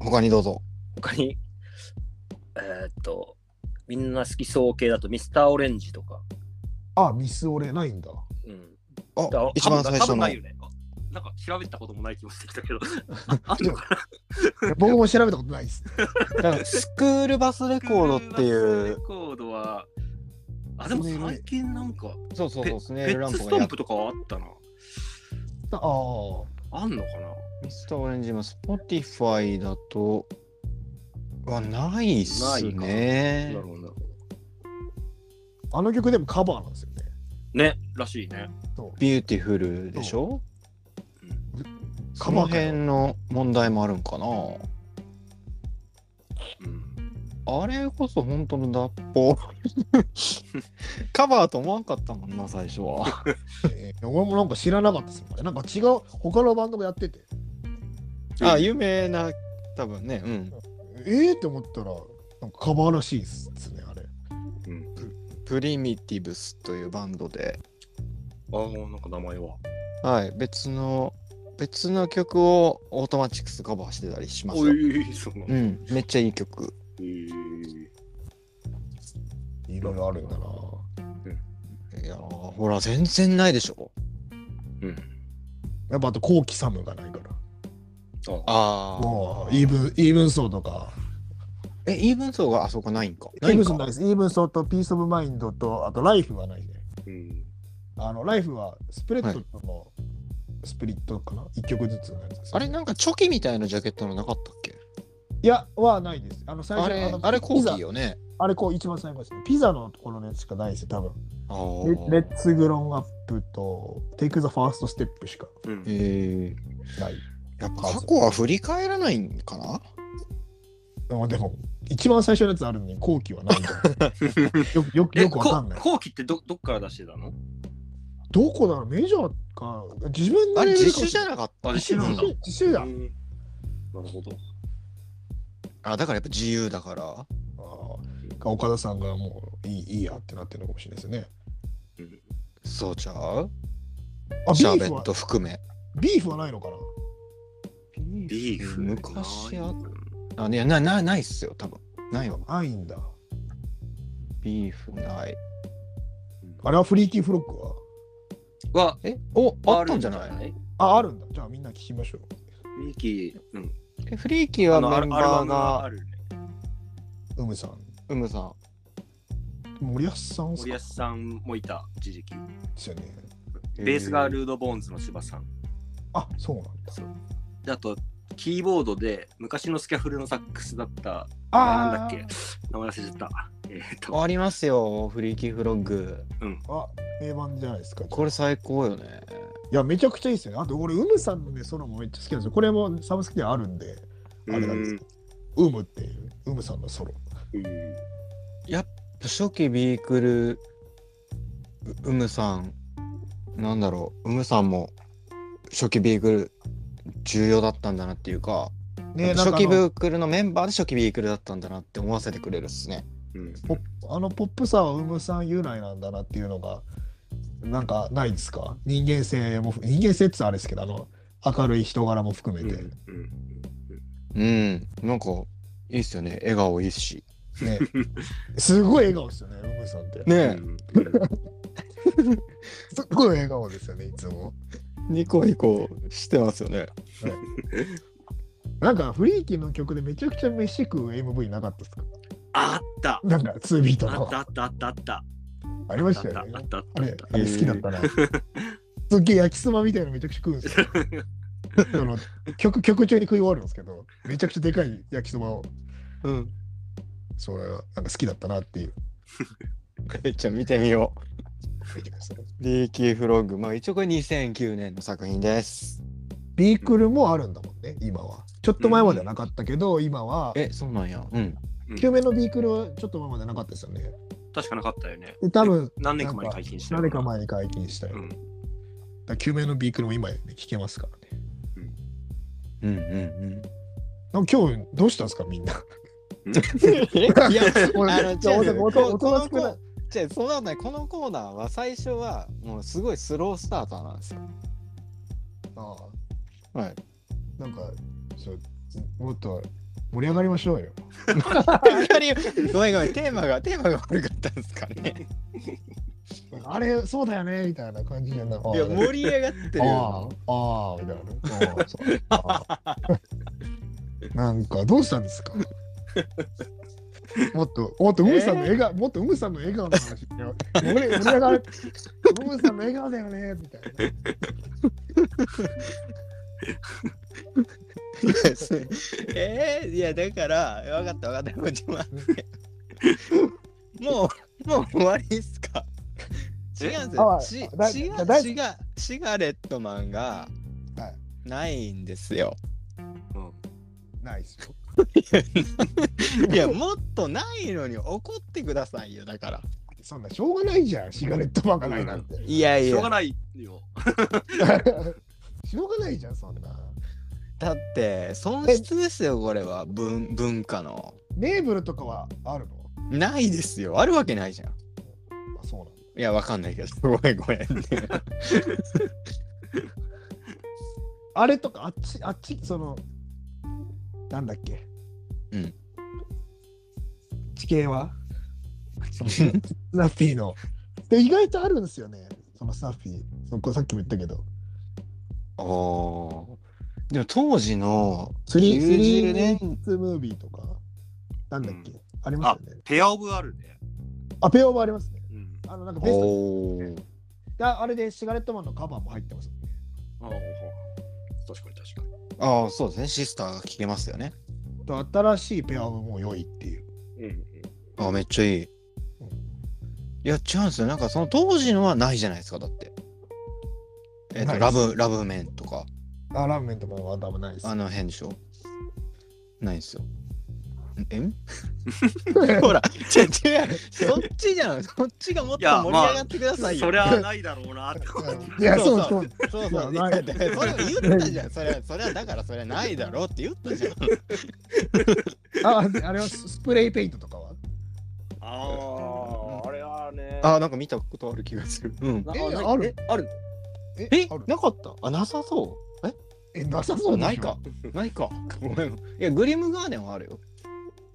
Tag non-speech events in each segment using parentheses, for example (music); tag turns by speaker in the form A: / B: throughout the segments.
A: 他にどうぞ。
B: 他に、えーっと、みんな好きそう系だとミスターオレンジとか。
C: あ、ミスオレないんだ。
B: うん。
A: あ
B: だから、
A: 一番最
D: 多
A: 初
D: 分
A: の
D: ない。よね。あなんか調べたこともない気もしてき
A: (laughs)
D: たけど。あ
C: でも僕も調べたことないです。 (laughs)
A: なんかスクールバスレコードってい
D: レ
A: う。
D: コードは、あ、でも最近なんか、
A: そうそうそう、スネ
D: ペ
A: ールラ
D: ッ
A: ン
D: ツ
A: プ
D: ス
A: が
D: ト
A: や
D: ン
A: っ
D: プとかはあったな。
C: ああー。
D: あんのか
A: ミスターオレンジも Spotify だと、はないっす
D: なな
A: ね
D: る。ほどなるほど。
C: あの曲でもカバーなんですよね。
D: ね、らしいね。
C: そう
A: ビューティフルでしょ
C: カ
A: その
C: バーかよ
A: 辺の問題もあるんかな
D: うん。
A: あれこそ本当の脱 (laughs) 法カバーと思わんかったもんな最初 (laughs) は
C: えー俺もなんか知らなかったですもんね。なんか違う、他のバンドもやってて、
A: あ有名な多分ねうん
C: えーって思ったら、なんかカバーらしいっすね、あれ。
A: プリミティブスというバンドで
D: ああ、なんか名前は。
A: はい別の別の曲をオートマチックスカバーしてたりします
D: お
A: よ
D: い、そうな
A: う
D: の。
A: んめっちゃいい曲
D: えー
C: いろいろあるんだな。
A: いやーほら全然ないでしょ
D: うん。
C: やっぱあと、コウキサムがないから。
D: あ
A: ああ
C: もう、イーブン、イーブンソーとか。
A: えイーブンソーがあそこないんか
C: イ
A: ない
C: ーブ
A: ん
C: ンソーな
A: か
C: いです。イーブンソーとピースオブマインドと、あと、ライフはないね。
D: うん。
C: あの、ライフはスプレッドとのスプリットかな、一曲ずつのやつです
A: あれなんかチョキみたいなジャケットのなかったっけ
C: いや、はないです。あの、最
A: あ
C: 初
A: れ
C: の
A: あれコーヒ
C: ザ
A: ーよね
C: あれ、こう、一番最後ですね。ピザのところのやつしかないですよ、多分。
A: あ
C: レ
A: ー
C: レッツグロンアップと、テイクザファーストステップしか
D: うん
A: え。ー
C: ない。
A: やっぱ過去は振り返らないんかな
C: あでも、一番最初のやつあるのに、後期はないん
D: (laughs)
C: だよ。よく、
D: え、
C: よくわか
D: こ
C: んない。
D: 後期ってどどっから出してたの
C: どこだろうメジャーか。自分の
A: あれ自
C: 主
A: 主じゃなかった
D: あ自主なんだ
C: 自主だ
D: う。んなるほど。
A: あだからやっぱ自由だから
C: あー岡田さんがもういいいいやってなってるのかもしれないですね。
A: そうちゃう
C: あ、ビ
A: シャー
C: ー
A: ベ
C: フ
A: ッ
C: は、
A: ト含め
C: ビーフはないのかな
D: ビーフ。
A: 昔ああいやななないっすよ多分ないわ
C: ないんだ。
A: ビーフない
C: あれはフリーキーフロックは
D: は、
A: えおあったんじゃない
D: い
C: あ、あるんだ。じゃあみんな聞きましょう。
D: ミキ、うん。
A: えフリーキーはメンバーが
D: あるね。
C: うむさん。
A: うむさん
C: 森保さんっす
D: 森
C: か
D: 保さんもいた、一時期。
C: ですよね。
D: ベースがルードボーンズの柴さん。
C: あ、そうなんだ。
D: であと、キーボードで昔のスキャフルのサックスだった、
C: あー
D: なんだっけ、名前忘れちゃった。えーっと、
A: ありますよフリーキーフロッグ
C: あ、名盤じゃないですか。
A: これ最高よね
C: いや、めちゃくちゃいいですよね。あと、俺、ウムさんのね、ソロもめっちゃ好きなんですよ。これもサブスクにはあるんで、あれなんですけど、ウムっていう、ウムさんのソロ。
D: うん
A: 初期ビークルううむさんなんだろううむさんも初期ビークル重要だったんだなっていうか
C: ね、なん
A: 初
C: かあ
A: 期ビー
C: の
A: クルのメンバーで初期ビークルだったんだなって思わせてくれるっすね。
D: うん
C: ポップあのポップさはウムさん由来なんだなっていうのが、なんかないですか人間性も、人間性って言ったらあれですけど、あの、明るい人柄も含
D: う
C: め
D: ん
C: て、
A: うん、なんかいいっすよね。笑顔いいし。
C: ね、すごい笑顔ですよね、ウムさんって。
A: ね
D: うんうん
C: すっごい笑顔ですよね、いつも。
A: ニコニコしてますよね。
C: なんか、フリーキーの曲でめちゃくちゃ飯食う MV なかったですか
D: あった
C: なんか、2ビート
D: あっ
C: の。
D: たあったあったあった
C: ありました
D: あ
C: よ
D: っ
C: ね
D: たあ。ったあっ
C: あ
D: たあっ
C: れ
D: た、
C: あれ好きだったな。すっげえ焼きそばみたいなのめちゃくちゃ食うん
D: (laughs)
C: ですよ。あの曲曲中に食い終わるんですけど、めちゃくちゃでかい焼きそばを、
A: うん。
C: それはなんか好きだったなっていう。
A: じゃあ見てみよう。リーキーフロッグ。まあ一応これ2009年の作品です。
C: ビークルもあるんだもんね、今は。ちょっと前まではなかったけど、今は、
A: え、そうなんや。うん。
C: 9面のビークルはちょっと前までなかったですよね。
D: 確かなかったよね。
C: で多分
D: 何年か前に解禁したよ
C: 何か前に解禁したよ。
D: うん
C: だから9面のビークルも今、ね、聞けますからね。
A: うんうん
C: なんか今日どうしたんですか、みんな。
A: (laughs) うん。いや、
C: 俺
A: あの
C: じゃあ
A: 違う
C: 俺
A: 違う
C: おとおとなしく
A: こ
C: な
A: のじゃあそうなんだよこのコーナーは最初はもうすごいスロースターターなん (laughs) ですよ。
C: (laughs) ああ
A: はい。
C: なんかそうもっと盛り上がりましょうよ。
A: ごめんごめん、テーマが、テーマが悪かったんですかね。
C: あれ、そうだよね、みたいな感じじゃない。
A: いや、盛り上がってる。
C: ああ、ああ、みたいな。ああそうああ
A: (laughs)
C: なんか、どうしたんですかもっと、もっと、ウムさんの笑顔、もっとウムさんの笑顔の話しよう。盛り盛り上がる。ウムさんの笑顔だよね、みたいな。
A: いやそう (laughs) えー、いやだから分かった分かったこっちも待ってもうもう終わりっすか違うん
C: ああ
A: ですよ
C: だ
A: シシ
C: だ
A: ガシガシガレットマンが
C: は
A: ないんですよ
D: うん
C: ないっすよ。
A: いやもっとないのに怒ってくださいよだから
C: そんな、しょうがないじゃん、シガレットマンがないなんて。 (laughs)
A: いやい
D: しょうが
A: や
D: ないよ。
C: しょうがないじゃん、そんな。
A: だって損失ですよこれは文文化の
C: ネーブルとかはあるの
A: ないですよあるわけないじゃん
C: あ、そうなんだ。
A: いやわかんないけど (laughs) ごめんごめん
C: あれとか、あっち、あっち、その、なんだっけ。
A: うん。
C: 地形はそのスナッフィーの。で、意外とあるんですよね。そのスナッフィー。そのこれさっきも言ったけど。
A: あーでも当時の
C: スリー、スリー
A: 90
C: ミ
A: 年
C: ニッツムービーとか、なんだっけ、
D: う
C: ありますよね。
D: ペアオブあるね。
C: あ、ペオもありますね。
D: うん。
C: あの、なんかベスト
A: おー
C: であ。あれでシガレットマンのカバーも入ってます。
D: ああ、確かに確かに。
A: ああそうですねシスターが聴けますよね
C: と新しいペアももう良いっていう。
D: うん
A: ああめっちゃいいいや違うんですよなんかその当時のはないじゃないですかだってえっ、
C: ない
A: と
C: で
A: ラ
C: す
A: ブラブメンとか
C: あ、ラーメンとかは多分ないです。
A: あの辺でしょないんですよえん
C: ほ
A: (laughs) ほら違う違うそっちじゃんそっちがもっと盛り上がってくださいよ
D: そりゃないだろうなって。
C: いや、
A: そ
C: そううそう。
A: そうそう。
C: い
A: い
C: や
A: や
C: ない
A: だからそれを言ったじゃん。それは、それはだからそれはないだろうって言ったじゃん。
C: (laughs) あ、あれはススプレーペイントとかは
D: (laughs) ああ、あれはね。
A: あ、なんか見たことある気がする。うん。
D: な、
C: え
D: な
C: ある
D: えある
C: え
A: え
C: ある、
A: なかったあ、なさそう。え
C: え、なさそうでしょ
A: ないか。。ないか。ごめん。いや、グリムガーデンはある (laughs) よ。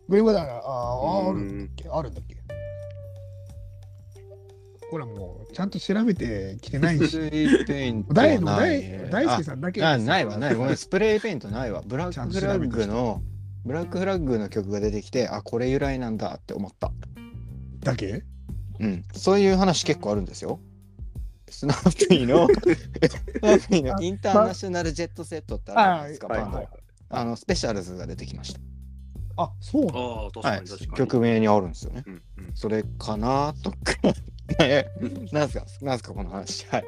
C: グリムダーあーあ
D: う
C: る
D: ん
C: んだっけあるんだっけほらもう、ちゃんと調べてきてない
A: ス (laughs)
C: し。
A: プレーペイントは
C: 大
A: な
C: 大
A: いね。
C: 大輔さんだけ
A: ああ、ないわ、ない。ごめん。
C: す。
A: スプレーペイントないわ。ブラックフラッグの、ブラックフラッグの曲が出てきて、あ、これ由来なんだって思った。
C: だけ
A: うん、そういう話結構あるんですよ。スナフィー (laughs) のスナフィーのインターナショナルジェットセットってあるんですか、
D: はい
A: バンド
D: はい
A: あのスペシャルズが出てきました。
C: あ、そうなの
D: ああ、確
A: は
D: か
A: い
D: に確かに。、
A: 曲名にあるんですよね。
D: うんうん。
A: それかなとか。 (laughs) えなんすか、なんすかこの話。はい。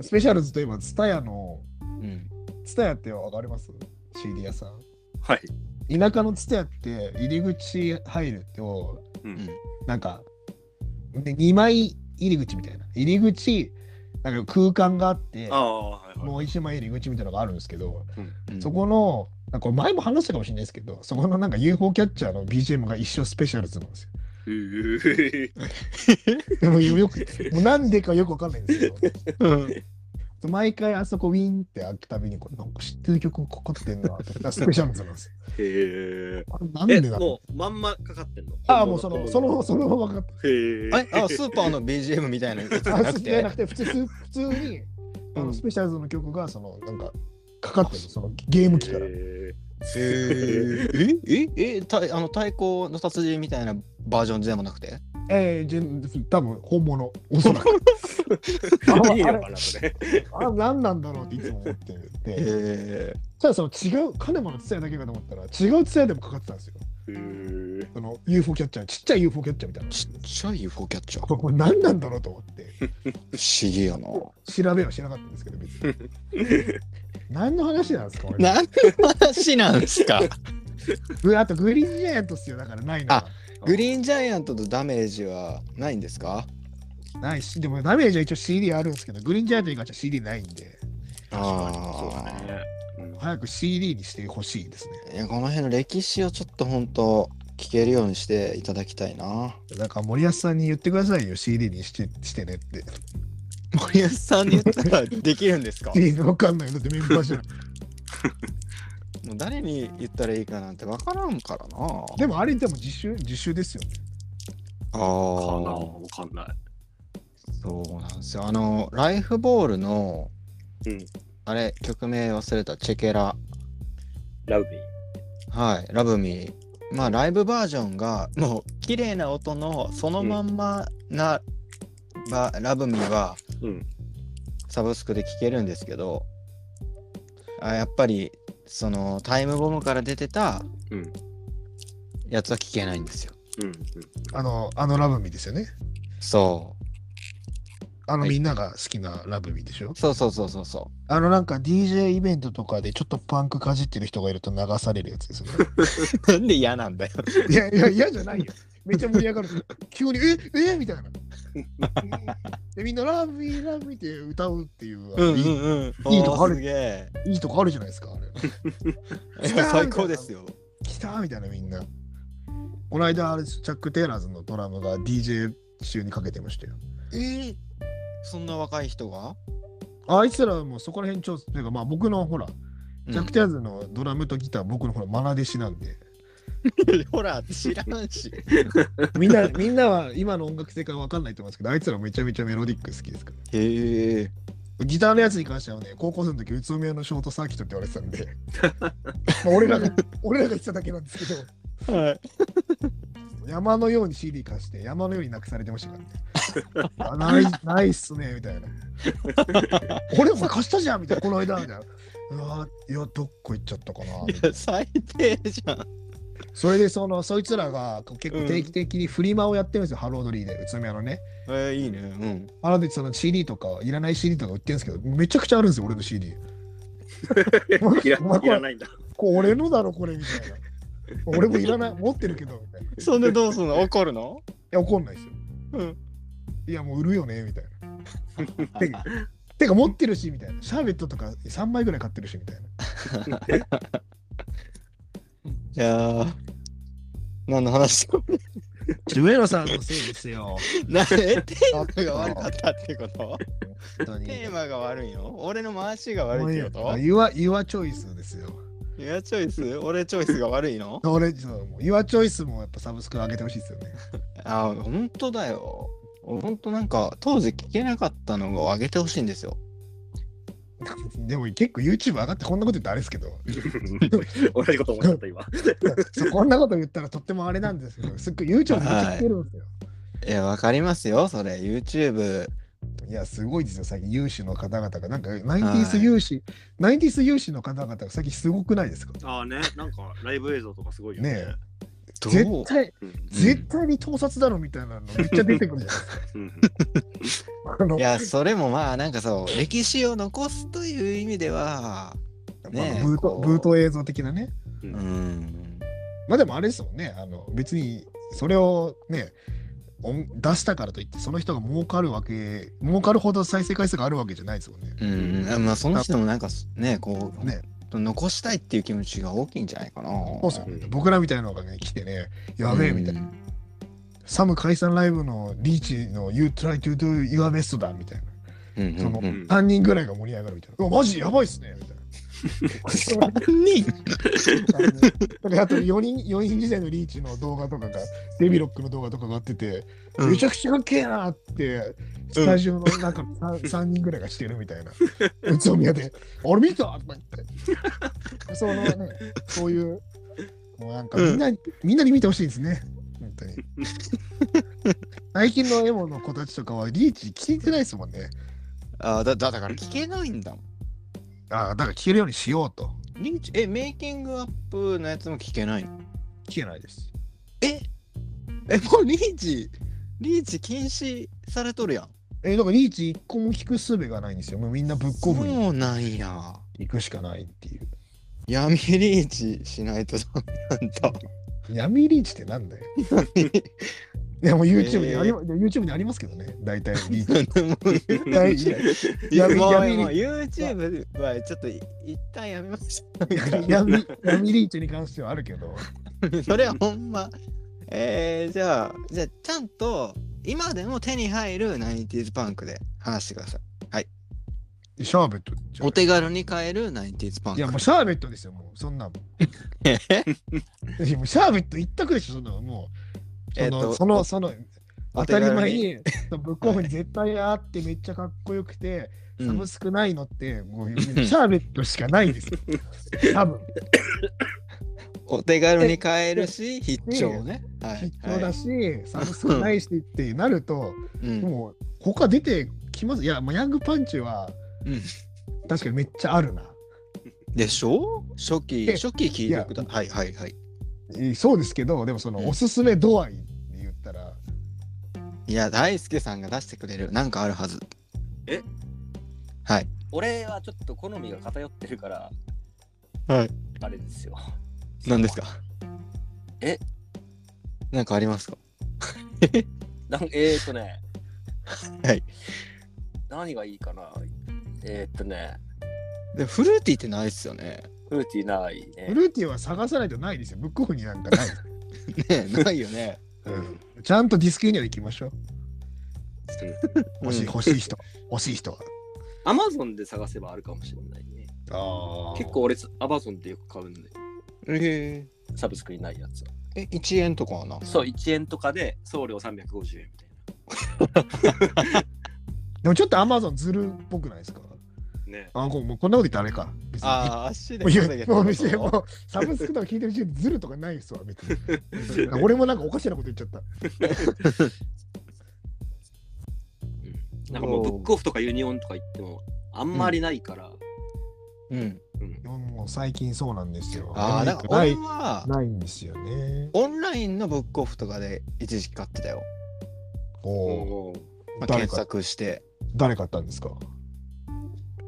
C: スペシャルズといえば、ツタヤの、
A: うん。
C: ツタヤってわかります ?CD 屋さん。
D: はい。
C: 田舎のツタヤって入り口入ると、
D: う
A: うん
D: ん。
C: なんか、で2枚入り口みたいな。入り口、なんか空間があって、
D: ああ、はいはい。
C: もう一枚入り口みたいなのがあるんですけど、
A: うん
C: そこの、なんかこれ前も話したかもしれないですけど、そこのなんか UFO キャッチャーの BGM が一生スペシャルズなんですよ。 (laughs)
D: えー
C: でもよく、もうなんでかよくわかんないんですけど、
A: うん
C: 毎回あそこウィンって開くたびに、これなんか知ってる曲かかってんなと思ったらスペシャルズなんですよ。
D: へ
C: あれなん
D: え。
C: で
D: え、
C: だろ
D: もうまんまかかってんの
C: うああ、もうその、その、そのままかかって
D: へ
A: え
D: え。
A: あスーパーの BGM みたいなやつじゃ
C: あ
A: なく
C: そうじゃな
A: て
C: くて、普通、普通に、あ
A: う
C: の
A: ん
C: スペシャルズの曲が、その、なんか、かかってるのそのゲーム機から。
D: へ
A: え
D: (laughs)
A: ーえええたあの太鼓の達人みたいなバージョンでもなくて
C: ええじゃ多分本物、おそら
A: (laughs)
C: く。あ
D: ーいい
C: あ
D: の
C: れ
D: かな、それ。
C: あ何なんだろうっていつも思ってて、
A: え
C: ただその違う、カネマのツヤだけかと思ったら、違うツヤでもかかってたんですよ。
D: へー
C: その UFO キャッチャー、ちっちゃい UFO キャッチャーみたい
A: ー、
C: な。
A: ちっちゃい UFO キャッチャー
C: これこれ何なんだろうと思って、
A: 不思議やな
C: 調べはしなかったんですけど、別に。
A: (laughs)
C: 何の話なんですか、俺。
A: 何の話なんですか
C: ぐあとグリーンジャイアントっすよ、だからないのは。
A: グリーンジャイアントとダメージはないんですか
C: ないし、でもダメージは一応 CD あるんですけど、グリーンジャイアントに関しては CD ないんで、
D: 確かにそうだね。うん
C: 早く CD にしてほしいですね。
A: いやこの辺の歴史をちょっと本当聞けるようにしていただきたいな
C: なんか森保さんに言ってくださいよ、CD にしてしてねって。
A: 森保
C: (laughs)
A: さんに言ったらできるんですか
C: CD わかんないのでメンバーじゃない。
A: もう誰に言ったらいいかなんて分からんからな
C: でもあれでも自習自習ですよね。
A: あ
D: かな
A: ー
D: わかんない。
A: そうなんですよあのライフボールの、
D: うん
A: あれ曲名忘れたチェケラ
B: ラグビー。
A: はい、ラブミー。まあライブバージョンがもう綺麗な音のそのまんまな、ばラブミーは
D: うん
A: サブスクで聴けるんですけど、あやっぱりそのタイムボムから出てた
D: うん
A: やつは聴けないんですよ。
D: うんうん。
C: あの、あのラブミーですよね。
A: そ
C: あの
A: はい
C: みんなが好きなラブミーでしょ。
A: うそうそうそうそうそ
C: あのなんか DJ イベントとかでちょっとパンクかじってる人がいると流されるやつです
A: (laughs)
C: よね。
A: う。なんで嫌なんだよ。
C: いやいや、嫌じゃないよ。めっちゃ盛り上がる。急に、ええみた
A: (laughs)
C: いな。で、みんなラブミー、ラブミーって歌うっていう、あのいい
A: うん
C: いいとこあ
A: おー
C: る
A: すげえ。
C: いいとこあるじゃないですか。あれ
A: いや最高ですよ。
C: 来たみたいなみんな。この間、あれですチャック・テイラーズのドラムが DJ 中にかけてましたよ。
A: えー、そんな若い人が、
C: あいつらはもうそこら辺調整というか、まあ僕のほら、
A: うん
C: ジャック・テイラーズのドラムとギター、僕のほら、マナ弟子なんで。
A: (laughs) ほら知らんし。
C: みんな、みんなは今の音楽性から分かんないと思うんですけど、あいつらめちゃめちゃメロディック好きですか
A: (laughs) へえ。
C: ら。ギターのやつに関してはね、高校生の時、宇都宮のショートサーキットって言われてたんで、
A: (laughs)
C: まあ俺らが、俺らが言ってただけなんですけど、
A: はい。
C: 山のように CD 貸して、山のようになくされてましたからね。あない、ないっすね、みたいな。俺も貸したじゃんみたいな、この間みたいな。うわいや、どっこ行っちゃったかな。みたいな
A: 最低じゃん。
C: それで、その、そいつらが結構定期的にフリマをやってるんですよ、ハロードリーで、宇都宮のね。
A: えー、いいね。うん。
C: あなたその CD とか、いらない CD とか売ってるんですけど、めちゃくちゃあるんですよ、俺の CD。
D: いら
C: お前こ
D: いら
C: れ、
D: ないんだ。
C: これ俺のだろ、これ、みたいな。俺もいらない、持ってるけど、みたいな。い
A: そんでどうすん (laughs) の怒るの
C: や、怒んないですよ。
A: うん。
C: いや、もう売るよね、みたいな。てか、てか持ってるし、みたいな。シャーベットとか3枚ぐらい買ってるし、みたいな。
A: いやー。何の話
C: 上野さんのせいですよ。
A: (laughs) なえテーマが悪かったって (laughs) こと
C: 本当に。
A: テーマが悪いよ。俺の回しが悪いってこと
C: ユア、ユアチョイスですよ。
A: いやチョイス俺チョイスが悪いの
C: 俺、そう、もうユアチョイスもやっぱサブスク上げてほしいですよね。 (laughs)
A: あー、本当だよ。本当なんか当時聞けなかったのを上げてほしいんですよ。
C: でも結構 YouTube 上がってこんなこと言ったらあれですけど。
D: 同じこと思っちゃった今。
C: そうこんなこと言ったらとってもあれなんですけど、すっごい YouTube めちゃくちゃ出るんですよ。
A: いや、わかりますよ、それ。YouTube。
C: い、や、すごいですよ、最近有志の方々が、なんか、90s 有志、90s 有志の方々が最近すごくないですか
D: (laughs) ああね、なんかライブ映像とかすごいよ
C: ね
D: ね。
C: 絶対、
D: うん
C: 絶対に盗撮だろみたいなのめっちゃ出てくるじゃ
A: (laughs)
C: ないですか。
D: うん
C: あの
A: いや、それもまあ、なんかそう、歴史を残すという意味では、
C: まあ
A: ねえ
C: ブート
A: こう
C: ブート映像的なね。
D: うん
A: うん。
C: まあでもあれですもんね、あの別にそれをね、音出したからといって、その人が儲かるわけ、儲かるほど再生回数があるわけじゃないですもんね。
A: うん、あまあその人もなんかねこう
C: ね
A: 残したいっていう気持ちが大きいんじゃないかな。
C: そうですよね。僕らみたいなのがね、来てね、やべえみたいな。
A: な。
C: サム解散ライブのリーチの You try to do your best だみたいな。
A: うんうん
C: その
A: うん、
C: 3人ぐらいが盛り上がるみたいな。うわマジやばいっすねみたいな。
A: に
C: それあと4人 ,4 人時代のリーチの動画とかが、デビロックの動画とかがあってて、めちゃくちゃかっけえなって、スタジオの中の 3, 人ぐらいがしてるみたいな。宇都宮で、俺見たとか言って。そのね、そういう、もうなんかみんな、みんなに見てほしいですね。本当に。最近のエモの子たちとかはリーチ聞いてないですもんね。
A: あだだだから聞けないんだもん。
C: ああ、だから聞けるようにしようと。
A: リーチえメイキングアップのやつも聞けないの
C: 聞けないです。
A: ええもうリーチリーチ禁止されとるやん。
C: え、だからリーチ一個も聞く術がないんですよ。もうみんなブック
A: そ
C: オフに
A: うなんや。
C: 行くしかないっていう。
A: 闇リーチしないとダメなんだ。
C: 闇リーチってな
A: (laughs)
C: んだよ。いやもう YouTube にあり、
A: え
C: YouTube にありますけどね。大体リー
A: (laughs)
C: チ。大体
A: いや
C: 闇
A: もう
C: 闇リ
A: もう
C: ーチ
A: YouTube はちょっとい一旦やめまし
C: 闇闇リーチに関してはあるけど。
A: たそれはほんまえー、じゃあじゃあちゃんと今でも手に入る 90s パンクで話してください
C: シャーベットじゃない
A: お手軽に買えるナインティーズパン
C: い
A: ク (laughs)
C: やもうシャーベットですよ、もうそんなも
A: え
C: ん。いやもうシャーベット一択でしょ、そんなのもう。そ
A: えっ
C: の、
A: と
C: その、その、当たり前
A: お手
C: に、そのブックオフに絶対あってめっちゃかっこよくて、
A: 軽に
C: サ
A: う
C: ブ
A: ん
C: スクないのって、もうシャーベットしかな
A: (laughs)
C: いですよ。多分、
A: お手軽に買えるし必聴ねはい
C: 必要だ
A: はい
C: し、サブスクないしってなると、
A: うん
C: もう他出てきます。いや、まあ、ヤングパンチは
A: うん
C: 確かにめっちゃあるな。
A: でしょ初期
C: え
A: 初期聞いてくだはいはいはい
C: えそうですけど、でもそのおすすめ度合いで言ったら、
A: いや大輔さんが出してくれるなんかあるはず
D: え
A: はい
D: 俺はちょっと好みが偏ってるから、
A: はい
D: あれですよ。 (laughs)
A: 何ですか
D: え
A: なんかありますか。
D: なんえー、とね
A: はい。
D: 何がいいかなえー、っとね、
A: でフルーティーってないっすよね (laughs)
D: フルーティーないね
C: フ。ルーティーは探さないとないですよ。ブックオフになんかない。
A: (laughs) ねないよね
C: うんちゃんとディスクユニオン行きましょう。欲し
A: うん
C: い、欲しい人。欲しい人は。
D: アマゾンで探せばあるかもしれないね。
C: あ
D: 結構俺、アマゾンでよく買うんで、
A: え
D: サブスクにないやつは。
A: ーえ1円とかはな
D: そう、1円とかで送料350円みたい
C: でもちょっとアマゾンずるっぽくないですか
D: な。ね。
C: あこうもうこんなこと言ったらあれか。別に
A: ああ足で
C: もういや
A: 稼げた
C: もう
A: ら
C: 別にも
A: そう
C: サブスクとか聞いてる時点でずるとかないですわ、別に。俺もなんかおかしなこと言っちゃった。
D: なんかもうブックオフとかユニオンとか行っても、あんまりないから。
A: ううん
C: もう最近そうなんですよ。
A: ああだから
C: な
A: 俺
C: い
A: は
C: ないんですよね。
A: オンラインのブックオフとかで一時期買ってたよ、
C: おお。
D: おー
A: まあ、
C: 誰
A: 検
C: か
A: 索して
C: 誰買ったんですか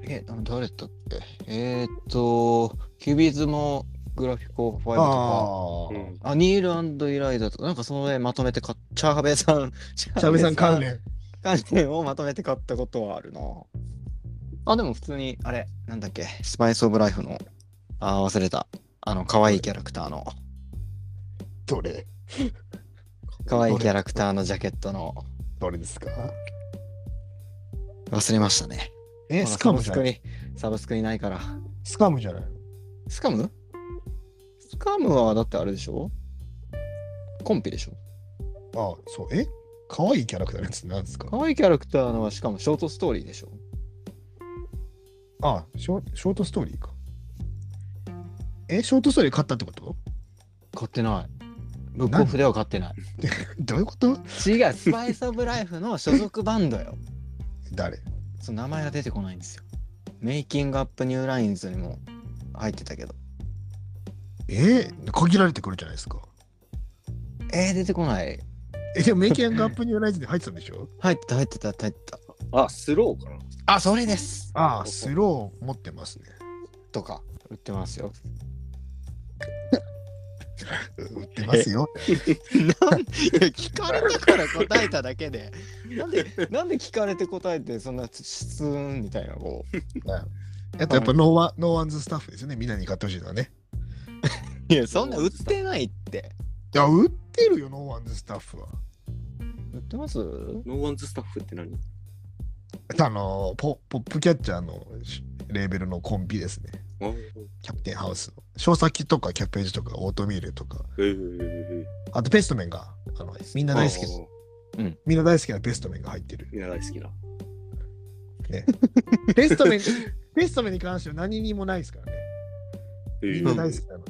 A: えあの誰だっけえー、っとキュビズモグラフィコ5とか
C: あ
D: う
C: あ。
D: ん
A: あ、ニールイライダーとか、なんかその上まとめて買っ、チャーハベ
C: (laughs)
A: さん、チャ
C: シャベさん関
A: 連。
C: 連。
A: 関連をまとめて買ったことはあるな。あ、でも普通に、あれ、なんだっけ、スパイスオブライフの、あー、忘れた。あの、可愛いキャラクターの、
C: どれ
A: 可愛いキャラクターのジャケットの、
C: どれですか
A: 忘れましたね。
C: え、
A: ほら
C: スカムじ
A: サブス
C: ゃ
A: ク
C: ない
A: に、サブスクにないから。
C: スカムじゃない
A: スカムスカムはだってあれでしょコンピでしょ
C: ああ、そう。え可愛いキャラクターのやつなんですか
A: 可愛いキャラクターのはしかもショートストーリーでしょ
C: あショ、ショートストーリーか。え、ショートストーリー買ったってこと
A: 買ってない。ブックオフでは買ってない。
C: どういうこと
A: 違う、スパイス・オブ・ライフの所属バンドよ。
C: 誰
A: その名前が出てこないんですよ。メイキングアップニューラインズにも入ってたけど。
C: えー限られてくるじゃないですか。
A: えー、出てこない。
C: え、でもメイキングアップニューライズで入ってたんでしょ
A: 入ってた、入ってた、入ってた。
D: あ、スローかな
A: あ、それです
C: (laughs) ああ、スロー持ってますね。
A: とか、売ってますよ。
C: 売ってますよ。
A: なんいや聞かれたから答えただけで。なんで、なんで聞かれて答えて、そんな質問みたいな、こう。
C: あとやっぱノーワンノーワンズスタッフですよね。みんなに買ってほしいのはね。
A: いや、そんな売ってないって。
C: いや、売ってるよ、ノーワンズスタッフは。
A: 売ってます
D: ノーワンズスタッフって何
C: あのポ、ポップキャッチャーのしレーベルのコンビですね。
D: あー
C: キャプテンハウスの。小崎とかキャページとかオートミールとか。
D: へー
C: あとペストメンが、あのみんな大好きな、
D: あー
C: みんな大好きなペストメンが入ってる。
D: みんな大好きな。
C: ペストメン、ペストメンに関しては何にもないですからね。
D: へ
C: み
D: ー
C: んな大好き (laughs) なの。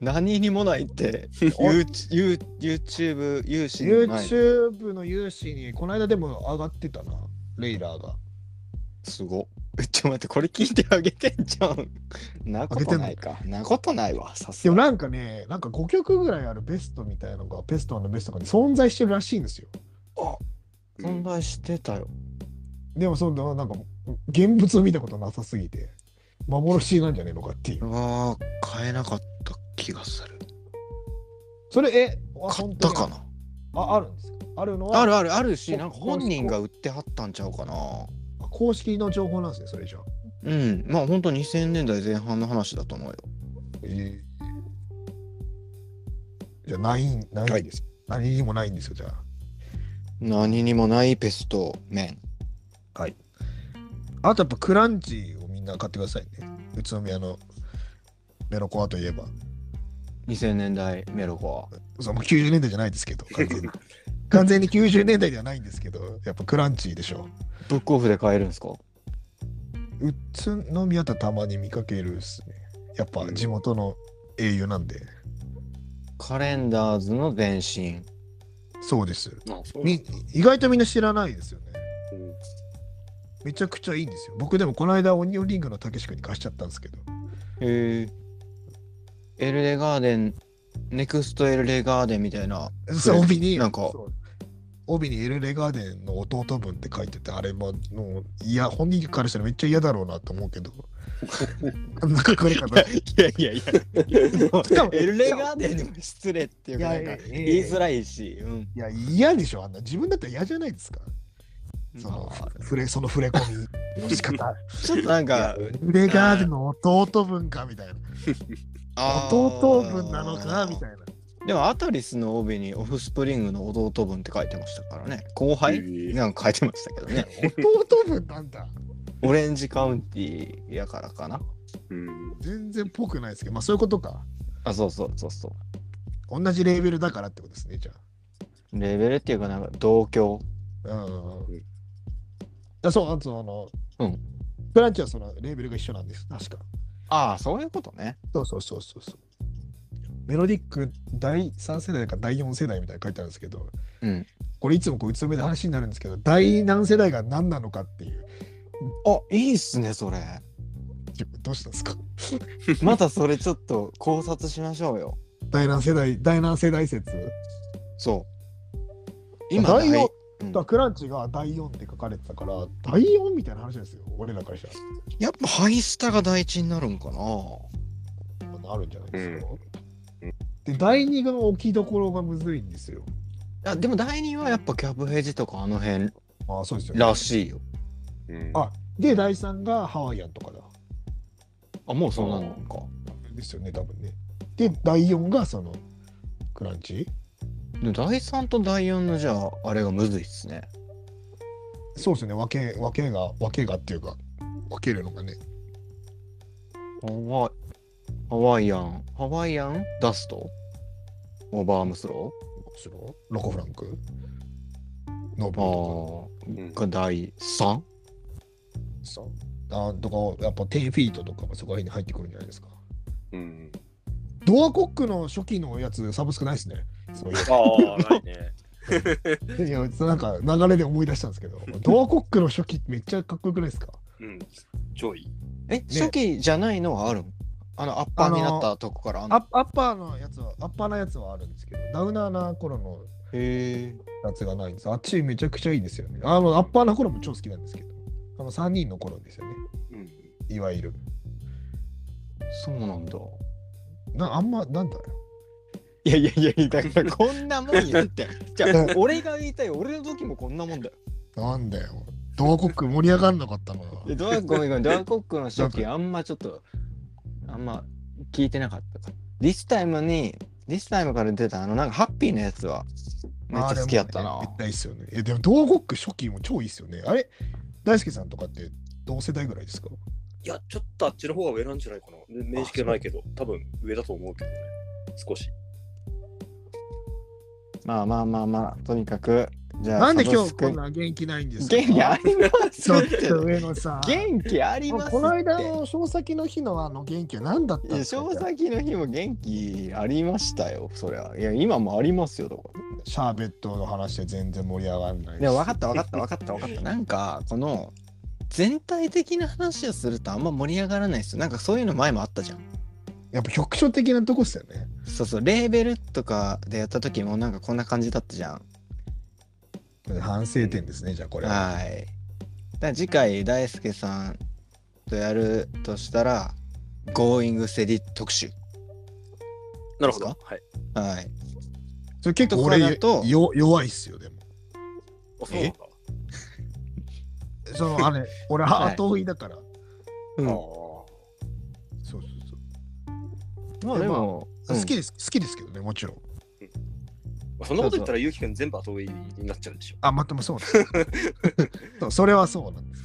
A: 何にもないって。
C: お
A: You- You- YouTube、有志にもない
C: YouTube の有志に、この間でも上がってたな、レイラーが。
A: すごっ。えちょっと待って、これ聞いてあげてんじゃん。なことないか。なことないわ、さす
C: でも
A: が。
C: なんかね、なんか5曲ぐらいあるベストみたいなのが、ペストのベストとかに存在してるらしいんですよ。
A: 存在してたよ。
C: でもそのなんか、現物を見たことなさすぎて、幻なんじゃねえのかっていうう。
A: わー、買えなかった気がする。
C: それ、え、あ
A: 買ったかな
C: ああるんですかあるのは
A: あるあるあるし、
C: こ
A: なんか本人が売ってはったんちゃうかな。
C: 公式の情報なんですね、それじゃあ。
A: うん、まあ本当2000年代前半の話だと思うよ。
C: えじゃあ、ない、ないです。何にもないんですよ、じゃあ。
A: 何にもないペスト面。
C: あとやっぱクランチをみんな買ってくださいね。宇都宮のメロコアといえば。
A: 2000年代メロコ
C: そうもう90年代じゃないですけど、完全に。完全に90年代ではないんですけど、やっぱクランチでしょ。
A: ア。ブックオフで買えるんですか
C: 宇都宮とたまに見かけるっすね。やっぱ地元の英雄なんで。
A: カレンダーズの前身。
C: そうです。
D: あそう
C: み意外とみんな知らないですよね。
D: うん
C: めちゃくちゃいいんですよ。僕でもこの間オニオンリングのたけし君に貸しちゃったんですけど。
A: へえ。エルレガーデン、ネクストエルレガーデンみたいな。
C: そう帯に
A: なんか
C: そう帯にエルレガーデンの弟分って書いててあれももういや本人からしたらめっちゃ嫌だろうなと思うけどあんな書かれ方
A: いやいやいや。し
C: かも
A: エルレガーデンでも失礼っていうか、なん
C: いや
A: か
C: いや
A: 言いづらいし。うん。
C: いや嫌でしょあんな自分だったら嫌じゃないですかその触れその触れ込みの仕方
A: ちょっとなんか、
C: エルレガーデンの弟分かみたいな
A: あー
C: 弟分なのかみたいな
A: でもアタリスの帯にオフスプリングの弟分って書いてましたからね後輩
D: へえ
A: なんか書いてましたけどね
C: 弟分なんだ
A: オレンジカウンティやからかな
D: うん
C: 全然ぽくないですけどまあそういうことか
A: あそうそうそうそ
C: 同じレーベルだからってことですねじゃあ
A: うレベルっていうかなんか同居
C: うん
D: うん
C: あそう、あとあの、
A: うん
C: クランチはそのレーベルが一緒なんです、確か。
A: ああそういうことね
C: そうそうそうそうそう。メロディック第3世代か第4世代みたいに書いてあるんですけど、
A: うん
C: これいつもこう宇都宮で話になるんですけど、第何世代が何なのかっていう、
A: あいいっすねそ (laughs) れ
C: どうしたんですか
A: またそれちょっと考察しましょうよ
C: 第何世代、第何世代説。
A: そう
C: 第
A: 第
C: 四
A: うん
C: だクランチが第4って書かれてたから、第4みたいな話なんですよ、俺らからした
A: やっぱハイスタが第一になるんかな
C: ら。あるんじゃないですか。で、第2の置きどころがむずいんですよ。
A: あでも第二はやっぱキャブヘイジとかあの辺
C: まあ、そうですよね。
A: らしいよ
D: うん
C: あで、第3がハワイアンとかだ。
A: あもうそうなのか
C: ですよね、多分ね。で、第4がその、クランチ
A: でも第3と第4のじゃああれがむずいっすね
C: そうですよね、分け、分けが、分けがっていうか、分けるのがね。
A: ハワイハワイアンハワイアンダストオーバーアームスロ
C: そのロコ・フランクノブと
A: ー
D: うん
A: ああが第 3?
C: かさあとか、やっぱ10フィートとかもそこら辺に入ってくるんじゃないですか。
D: うん
C: ドアコックの初期のやつ、サブスクないですね。そういえば
B: ああ、ないね。
C: いや、なんか流れで思い出したんですけど、ドアコックの初期めっちゃかっこよくないですか
D: (laughs) うんちょいい
A: え、初期じゃないのはあるんあのアッパーになったとこからあんの
C: アッアッパーのやつは、アッパーなやつはあるんですけど、ダウナーな頃の
A: へえ
C: やつがないんです。あっちめちゃくちゃいいですよね。あの、アッパーな頃も超好きなんですけど、あの3人の頃ですよね、
D: うん
C: いわゆる。
A: そうなんだ
C: なあんま、なんだろう。
A: いやいやいやいやだから (laughs) こんなもんやって (laughs) じゃあ俺が言いたい俺の時もこんなもんだよ
C: なんだよ。ドアコック盛り上がんなかったな。
A: でドアごめんごめんドアコックの初期あんまちょっとあんま聞いてなかったか This Time に This Time から出たあのなんかハッピーなやつはめっちゃ好きやったな、
C: あれもねめっちゃいいっすよね。え、でもドアコック初期も超いいっすよね。あれ、大輔さんとかって同世代ぐらいですか
D: やちょっとあっちの方が上なんじゃないかな面識はないけど多分上だと思うけどね少し
A: まあまあまあまあとにかくじゃあ
C: なんで今
A: サブ
C: 日
A: スク
C: こんな元気ないんですか
A: 元気あります
C: ちょ
A: っ
C: っ
A: (laughs)
C: てと上野さん。
A: 元気ありますって
C: この間の小崎の日のあの元気は何だったん
A: いや
C: ですか
A: 小崎の日も元気ありましたよそりゃいや今もありますよだから
C: シャーベットの話で全然盛り上がんない
A: でも分かった分かった分かった分かったなんかこの全体的な話をするとあんま盛り上がらないですよなんかそういうの前もあったじゃん
C: やっぱ局所的なとこっすよね。
A: そうそうレーベルとかでやった時もなんかこんな感じだったじゃん
C: 反省点ですね、じゃあこれは。
A: はいだから次回大輔さんとやるとしたら「Going Steady 特集
D: なるほど
A: です
D: はい」
A: はい
C: それ結
A: と
C: 構
A: ころだ
C: 俺
A: と
C: よ弱いっすよ、でも。
D: あそうなんだ
C: その
A: (laughs)
C: あれ、俺は
A: はい
C: 後追いだから。
A: うん
D: あ
C: そうそうそう。
A: まあでも、うん
C: 好きです、好きですけどね、もちろん。
D: あそんなこと言ったらゆうきくん全部後追いになっちゃうでしょ
A: (laughs)
C: あ、またもそうです。そうそれはそうなんです。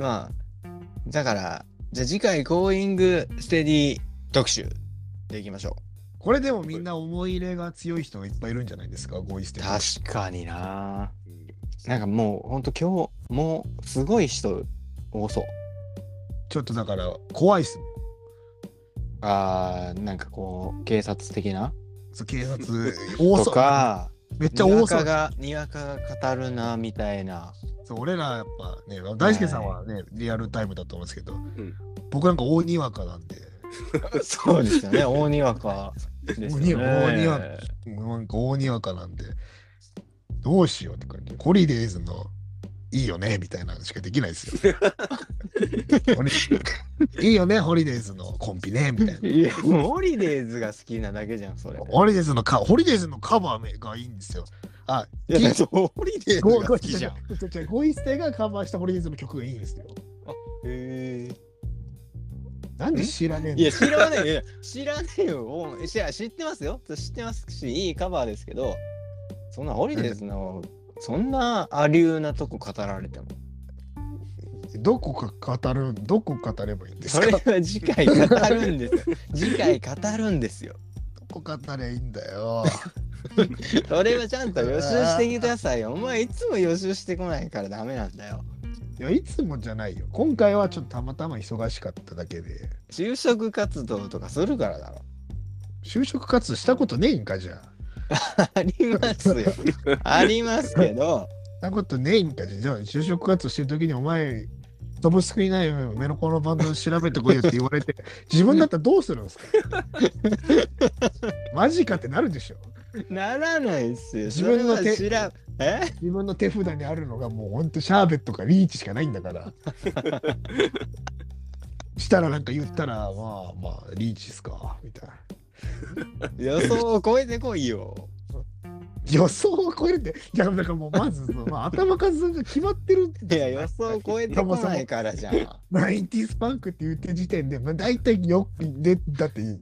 A: まあだからじゃあ次回「Going ステディ」特集でいきましょ
C: これでもみんな思い入れが強い人がいっぱいいるんじゃないですか、ゴイス
A: う
C: テに
A: 確かにななんかもうほんと今日もうすごい人多そう
C: ちょっとだから怖いっすもん
A: あーなんかこう警察的な
C: そう
A: (laughs)
C: 警察多
A: と
C: そう。
A: か
C: めっちゃ
A: にわ
C: 多そ
A: か
C: う。
A: がにわかが語るなみたいな
C: そう俺らやっぱね、大輔さんはね、リアルタイムだと思うんですけど、
D: ん
C: 僕なんか大にわかなんで、
A: そうですよね大にわかですよね
C: 大にわもうなんか大にわかなんで、どうしようって感じ。ホリデーズのいいよねみたいなのしかできないですよ、
A: (laughs)
C: ね。ホリいいよね、ホリデーズのコンビねみたいな。
A: いやホリデーズが好きなだけじゃんそれ
C: ホリデーズのカホリデーズのカバーがいいんですよ。あ、
A: いやだってホリデーズが好きじゃんへ
C: ゴイゴイゴイステがカバーしたホリデーズの曲がいいんですよ。
A: え
C: なんで知らねえん
A: いや
C: だよ。
A: 知らねえよ知らねえよおいや知ってますよ知ってますしいいカバーですけどそんなホリデーズのそんなアリューなとこ語られても
C: どこか語る、どこ語ればいいんです
A: そ
C: か
A: れ
C: ど
A: は次回語るんですよ次回語るんですよ
C: こ語ればいいんだよ。 (laughs)
A: それはちゃんと予習してくださいよお前いつも予習してこないからダメなんだよ
C: いや、いつもじゃないよ。今回はちょっとたまたま忙しかっただけで。
A: 就職活動とかするからだろ
C: 就職活動したことねえんかじゃあ。
A: あります
C: (laughs)
A: よありますけど
C: そんなことねえんかじゃあ。じゃあ、就職活動してるときにお前、サブスクいないよ。メロコのバンド調べてこいよって言われて、自分だったらどうするんですかマジかってなるでしょ。
A: ならないですよ
C: 自分の手
A: それは知らえ
C: 自分の手札にあるのがもうほんとシャーベットかリーチしかないんだから。したらなんか言ったらまあまあリーチっすかみたいな。
A: 予想を超えてこい
C: (laughs)
A: よ
C: 予想を超えるって、いやだからもうまずその、まあ、頭数が決まってる
A: いや予想を超えてこないからじゃん
C: ナインティスパンクって言ってる時点で、まあ、大体よでだっていい。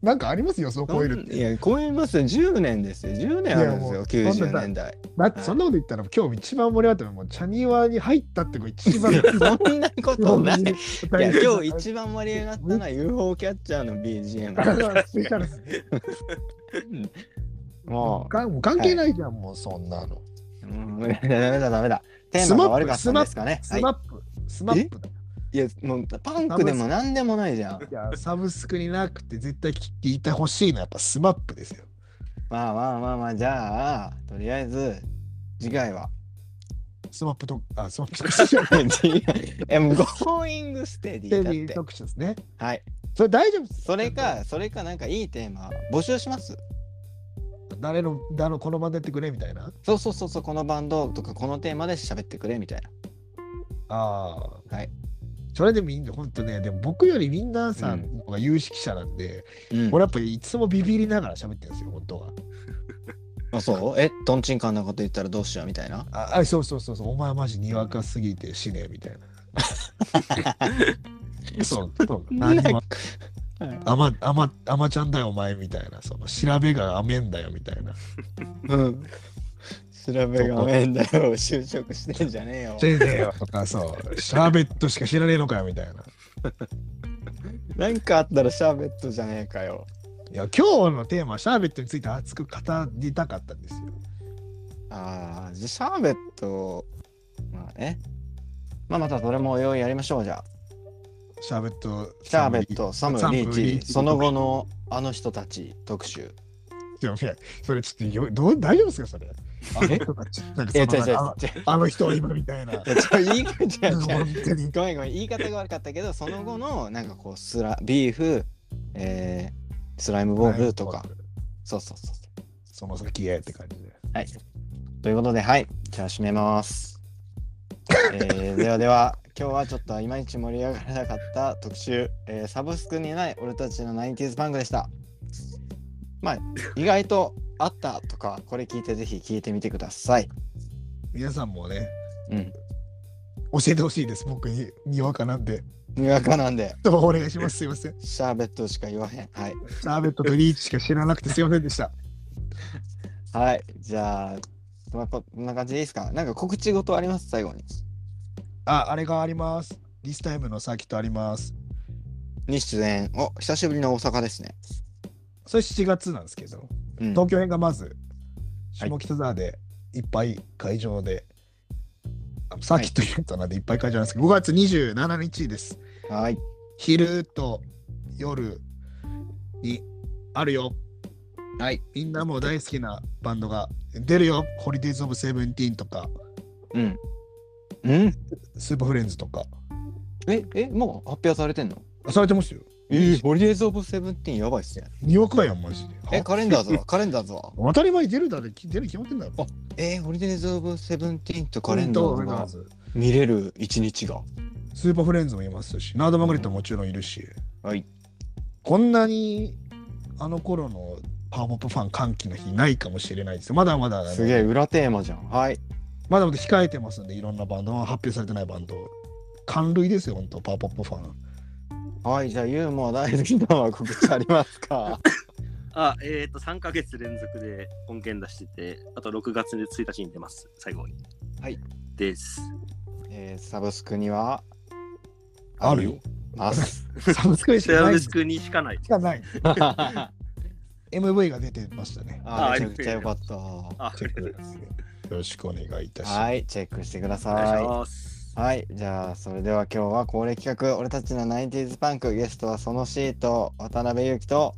C: なんかありますよ、予想を (laughs) 超えるって。
A: いや超えますよ10年ですよ10年あるんですよ
C: いやもうそん
A: 90
C: な
A: 年代
C: だってそんなこと言ったら今日一番盛り上がったのはもうチャニワに入ったってこれ一番。
A: そんなことないいや今日
C: 一
A: 一番盛り上がったのは UFO キャッチャーの
C: (laughs)
A: BGM。
C: 番。
A: も
C: かもう関係ないじゃん、もうそんなの。
A: う、うん、ダメだダメだ。テーマが悪かったんですかね。
C: ス
A: はい
C: マップ、スマップだ。
A: いやもうパンクでもなんでもないじゃん。
C: いや、サブスクになくて絶対聞いてほしいのはやっぱスマップですよ。
A: まあまあまあまあじゃあとりあえず次回 (laughs) は。
C: スマップと、あ、スマップ特
A: (laughs)
C: 集。ス
A: えもう Going ステデ
C: テ
A: ィだ
C: ディ
A: って。
C: 特集ですね。
A: はい。
C: それ大丈夫です。
A: それかそれかなんかいいテーマ募集します。
C: 誰の、誰のこの場でやってくれみたいな。
A: そうそうそうそうこのバンドとかこのテーマで喋ってくれみたいな。
C: ああ。
A: はい。
C: それでみんな、本当ね、でも僕よりみんなさんの方が有識者なんで、
A: うん。
C: 俺やっぱりいつもビビりながら喋ってるんですよ、本当は。
A: あそうえトンチンカンなこと言ったらどうしようみたいな。
C: あ、あそうそうそうそう、お前マジにわかすぎて死ねえみたい (laughs) な。そう、そう、何にもあま、あま、あまちゃんだよ、お前みたいな、その調べがあめんだよみたいな。
A: うん。調べがめんだよ、 (laughs) 就職して (laughs) んじゃねえよ。
C: せいぜいよとか、そう、シャーベットしか知らねえのかよみたいな。
A: なんかあったらシャーベットじゃねえかよ。
C: いや、今日のテーマはシャーベットについて熱く語りたかったんですよ。
A: ああ、じゃあシャーベット、まあね。まあまたそれも用意やりましょうじゃあ。
C: シャーベット。
A: シャーベット、サム、
C: サム
A: リ
C: リ
A: ー
C: ー
A: チ、
C: チ
A: その後のあの人たち特集。
C: いや。いや、それちょっとよ、どう、大丈夫ですか、それ。あれとか、ちょっとなんか
A: いや、違う
C: その
A: 違う違う
C: あ。あの人、今
A: (laughs)
C: みたいな。
A: いやちょ言い方違う違う
C: 本当に。
A: ごめんごめん、言い方が悪かったけど、その後のなんかこう、スラ、ビーフ、えー、スライムボールとか。そうそうそう。
C: その先へって感じで。
A: はい。ということで、はい。じゃあ、締めます。 (laughs) えーではでは、今日はちょっといまいち盛り上がらなかった特集、えーサブスクにない俺たちのナインティーズパンクでした。まあ、意外とあったとか、これ聞いてぜひ聞いてみてください。
C: 皆さんもね、
A: うん。
C: 教えてほしいです、僕に。にわかなんで。
A: にわかなんで、
C: どうもお願いします、すいません。
A: シャーベットしか言わへん。はい。
C: シャーベットとリーチしか知らなくてすい (laughs) ませんでした。
A: はい。じゃあ、まあこんな感じでいいですかなんか告知事あります最後に。
C: あ、あれがあります。リスタイムのサーキットあります。
A: に出演お久しぶりの大阪ですね、
C: それ7月なんですけど、
A: うん、
C: 東京編がまず、
A: はい
C: 下北沢でいっぱい会場で、あサーキットイベントなんでいっぱい会場なんですけど、5月27日です。
A: はい
C: 昼と夜にあるよ。
A: はい。
C: みんなも大好きなバンドが出るよ。ホリディーズ・オブ・セブンティーンとか、
A: うんうん
C: スーパーフレンズとか。
A: ええもう発表されてんの
C: あされてますよ。
A: えー、ホリデーズ・オブ・セブンティーンやばいっすね。
C: にわかやん、マジで。
A: え、カレンダー (laughs) ズはカレンダーズは
C: (laughs) 当たり前に出るだろ、出る決まってんだろ。
A: えー、ホリデーズ・オブ・セブンティーンとカレンダーズ
C: カレンダー
A: が
C: ズ
A: 見れる一日が。
C: スーパーフレンズもいますし、ナード・マグネットももちろんいるし、
A: はい。
C: こんなにあの頃のパワーポップファン歓喜の日ないかもしれないですよ。まだまだ、
A: すげえ、裏テーマじゃん。はい。
C: まだまだ控えてますんで、いろんなバンド、発表されてないバンド。感類ですよ、本当パワーポップファン。
A: はい、じゃあ、ユーモア大好きなのは告知あります (laughs) か
B: あ、えっ、と、3ヶ月連続で音源出してて、あと6月で1日に出ます、最後に。
A: はい。
B: です。
A: えー、サブスクには
C: あるよ。
A: ます。 (laughs)
C: サブスクリプシ
B: セ
C: ョン
B: ラ
C: ない
B: ブ
C: です
B: スクにしかない。
C: しかない。
A: あ
C: MV が出てましたね。
A: ー、
B: あ
A: めちゃくちゃよかった。
B: あ、あ
C: チ
B: り
C: ェ
B: がとうご
C: ックよ
B: ざいます。
C: ろしくお願いいたします。
A: はい、チェックしてくだ
B: お願いし
A: さ
B: ます
A: い。。はい、じゃあ、それでは今日は恒例企画、俺たちのナインティーズパンク、ゲストはそのシート、渡辺裕樹と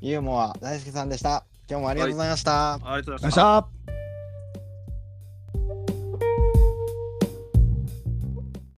A: ユーモア大好きさんでした。今日もありがとうございました。
B: ありがとうござ
C: お願
B: い
C: い
B: まし。
C: したます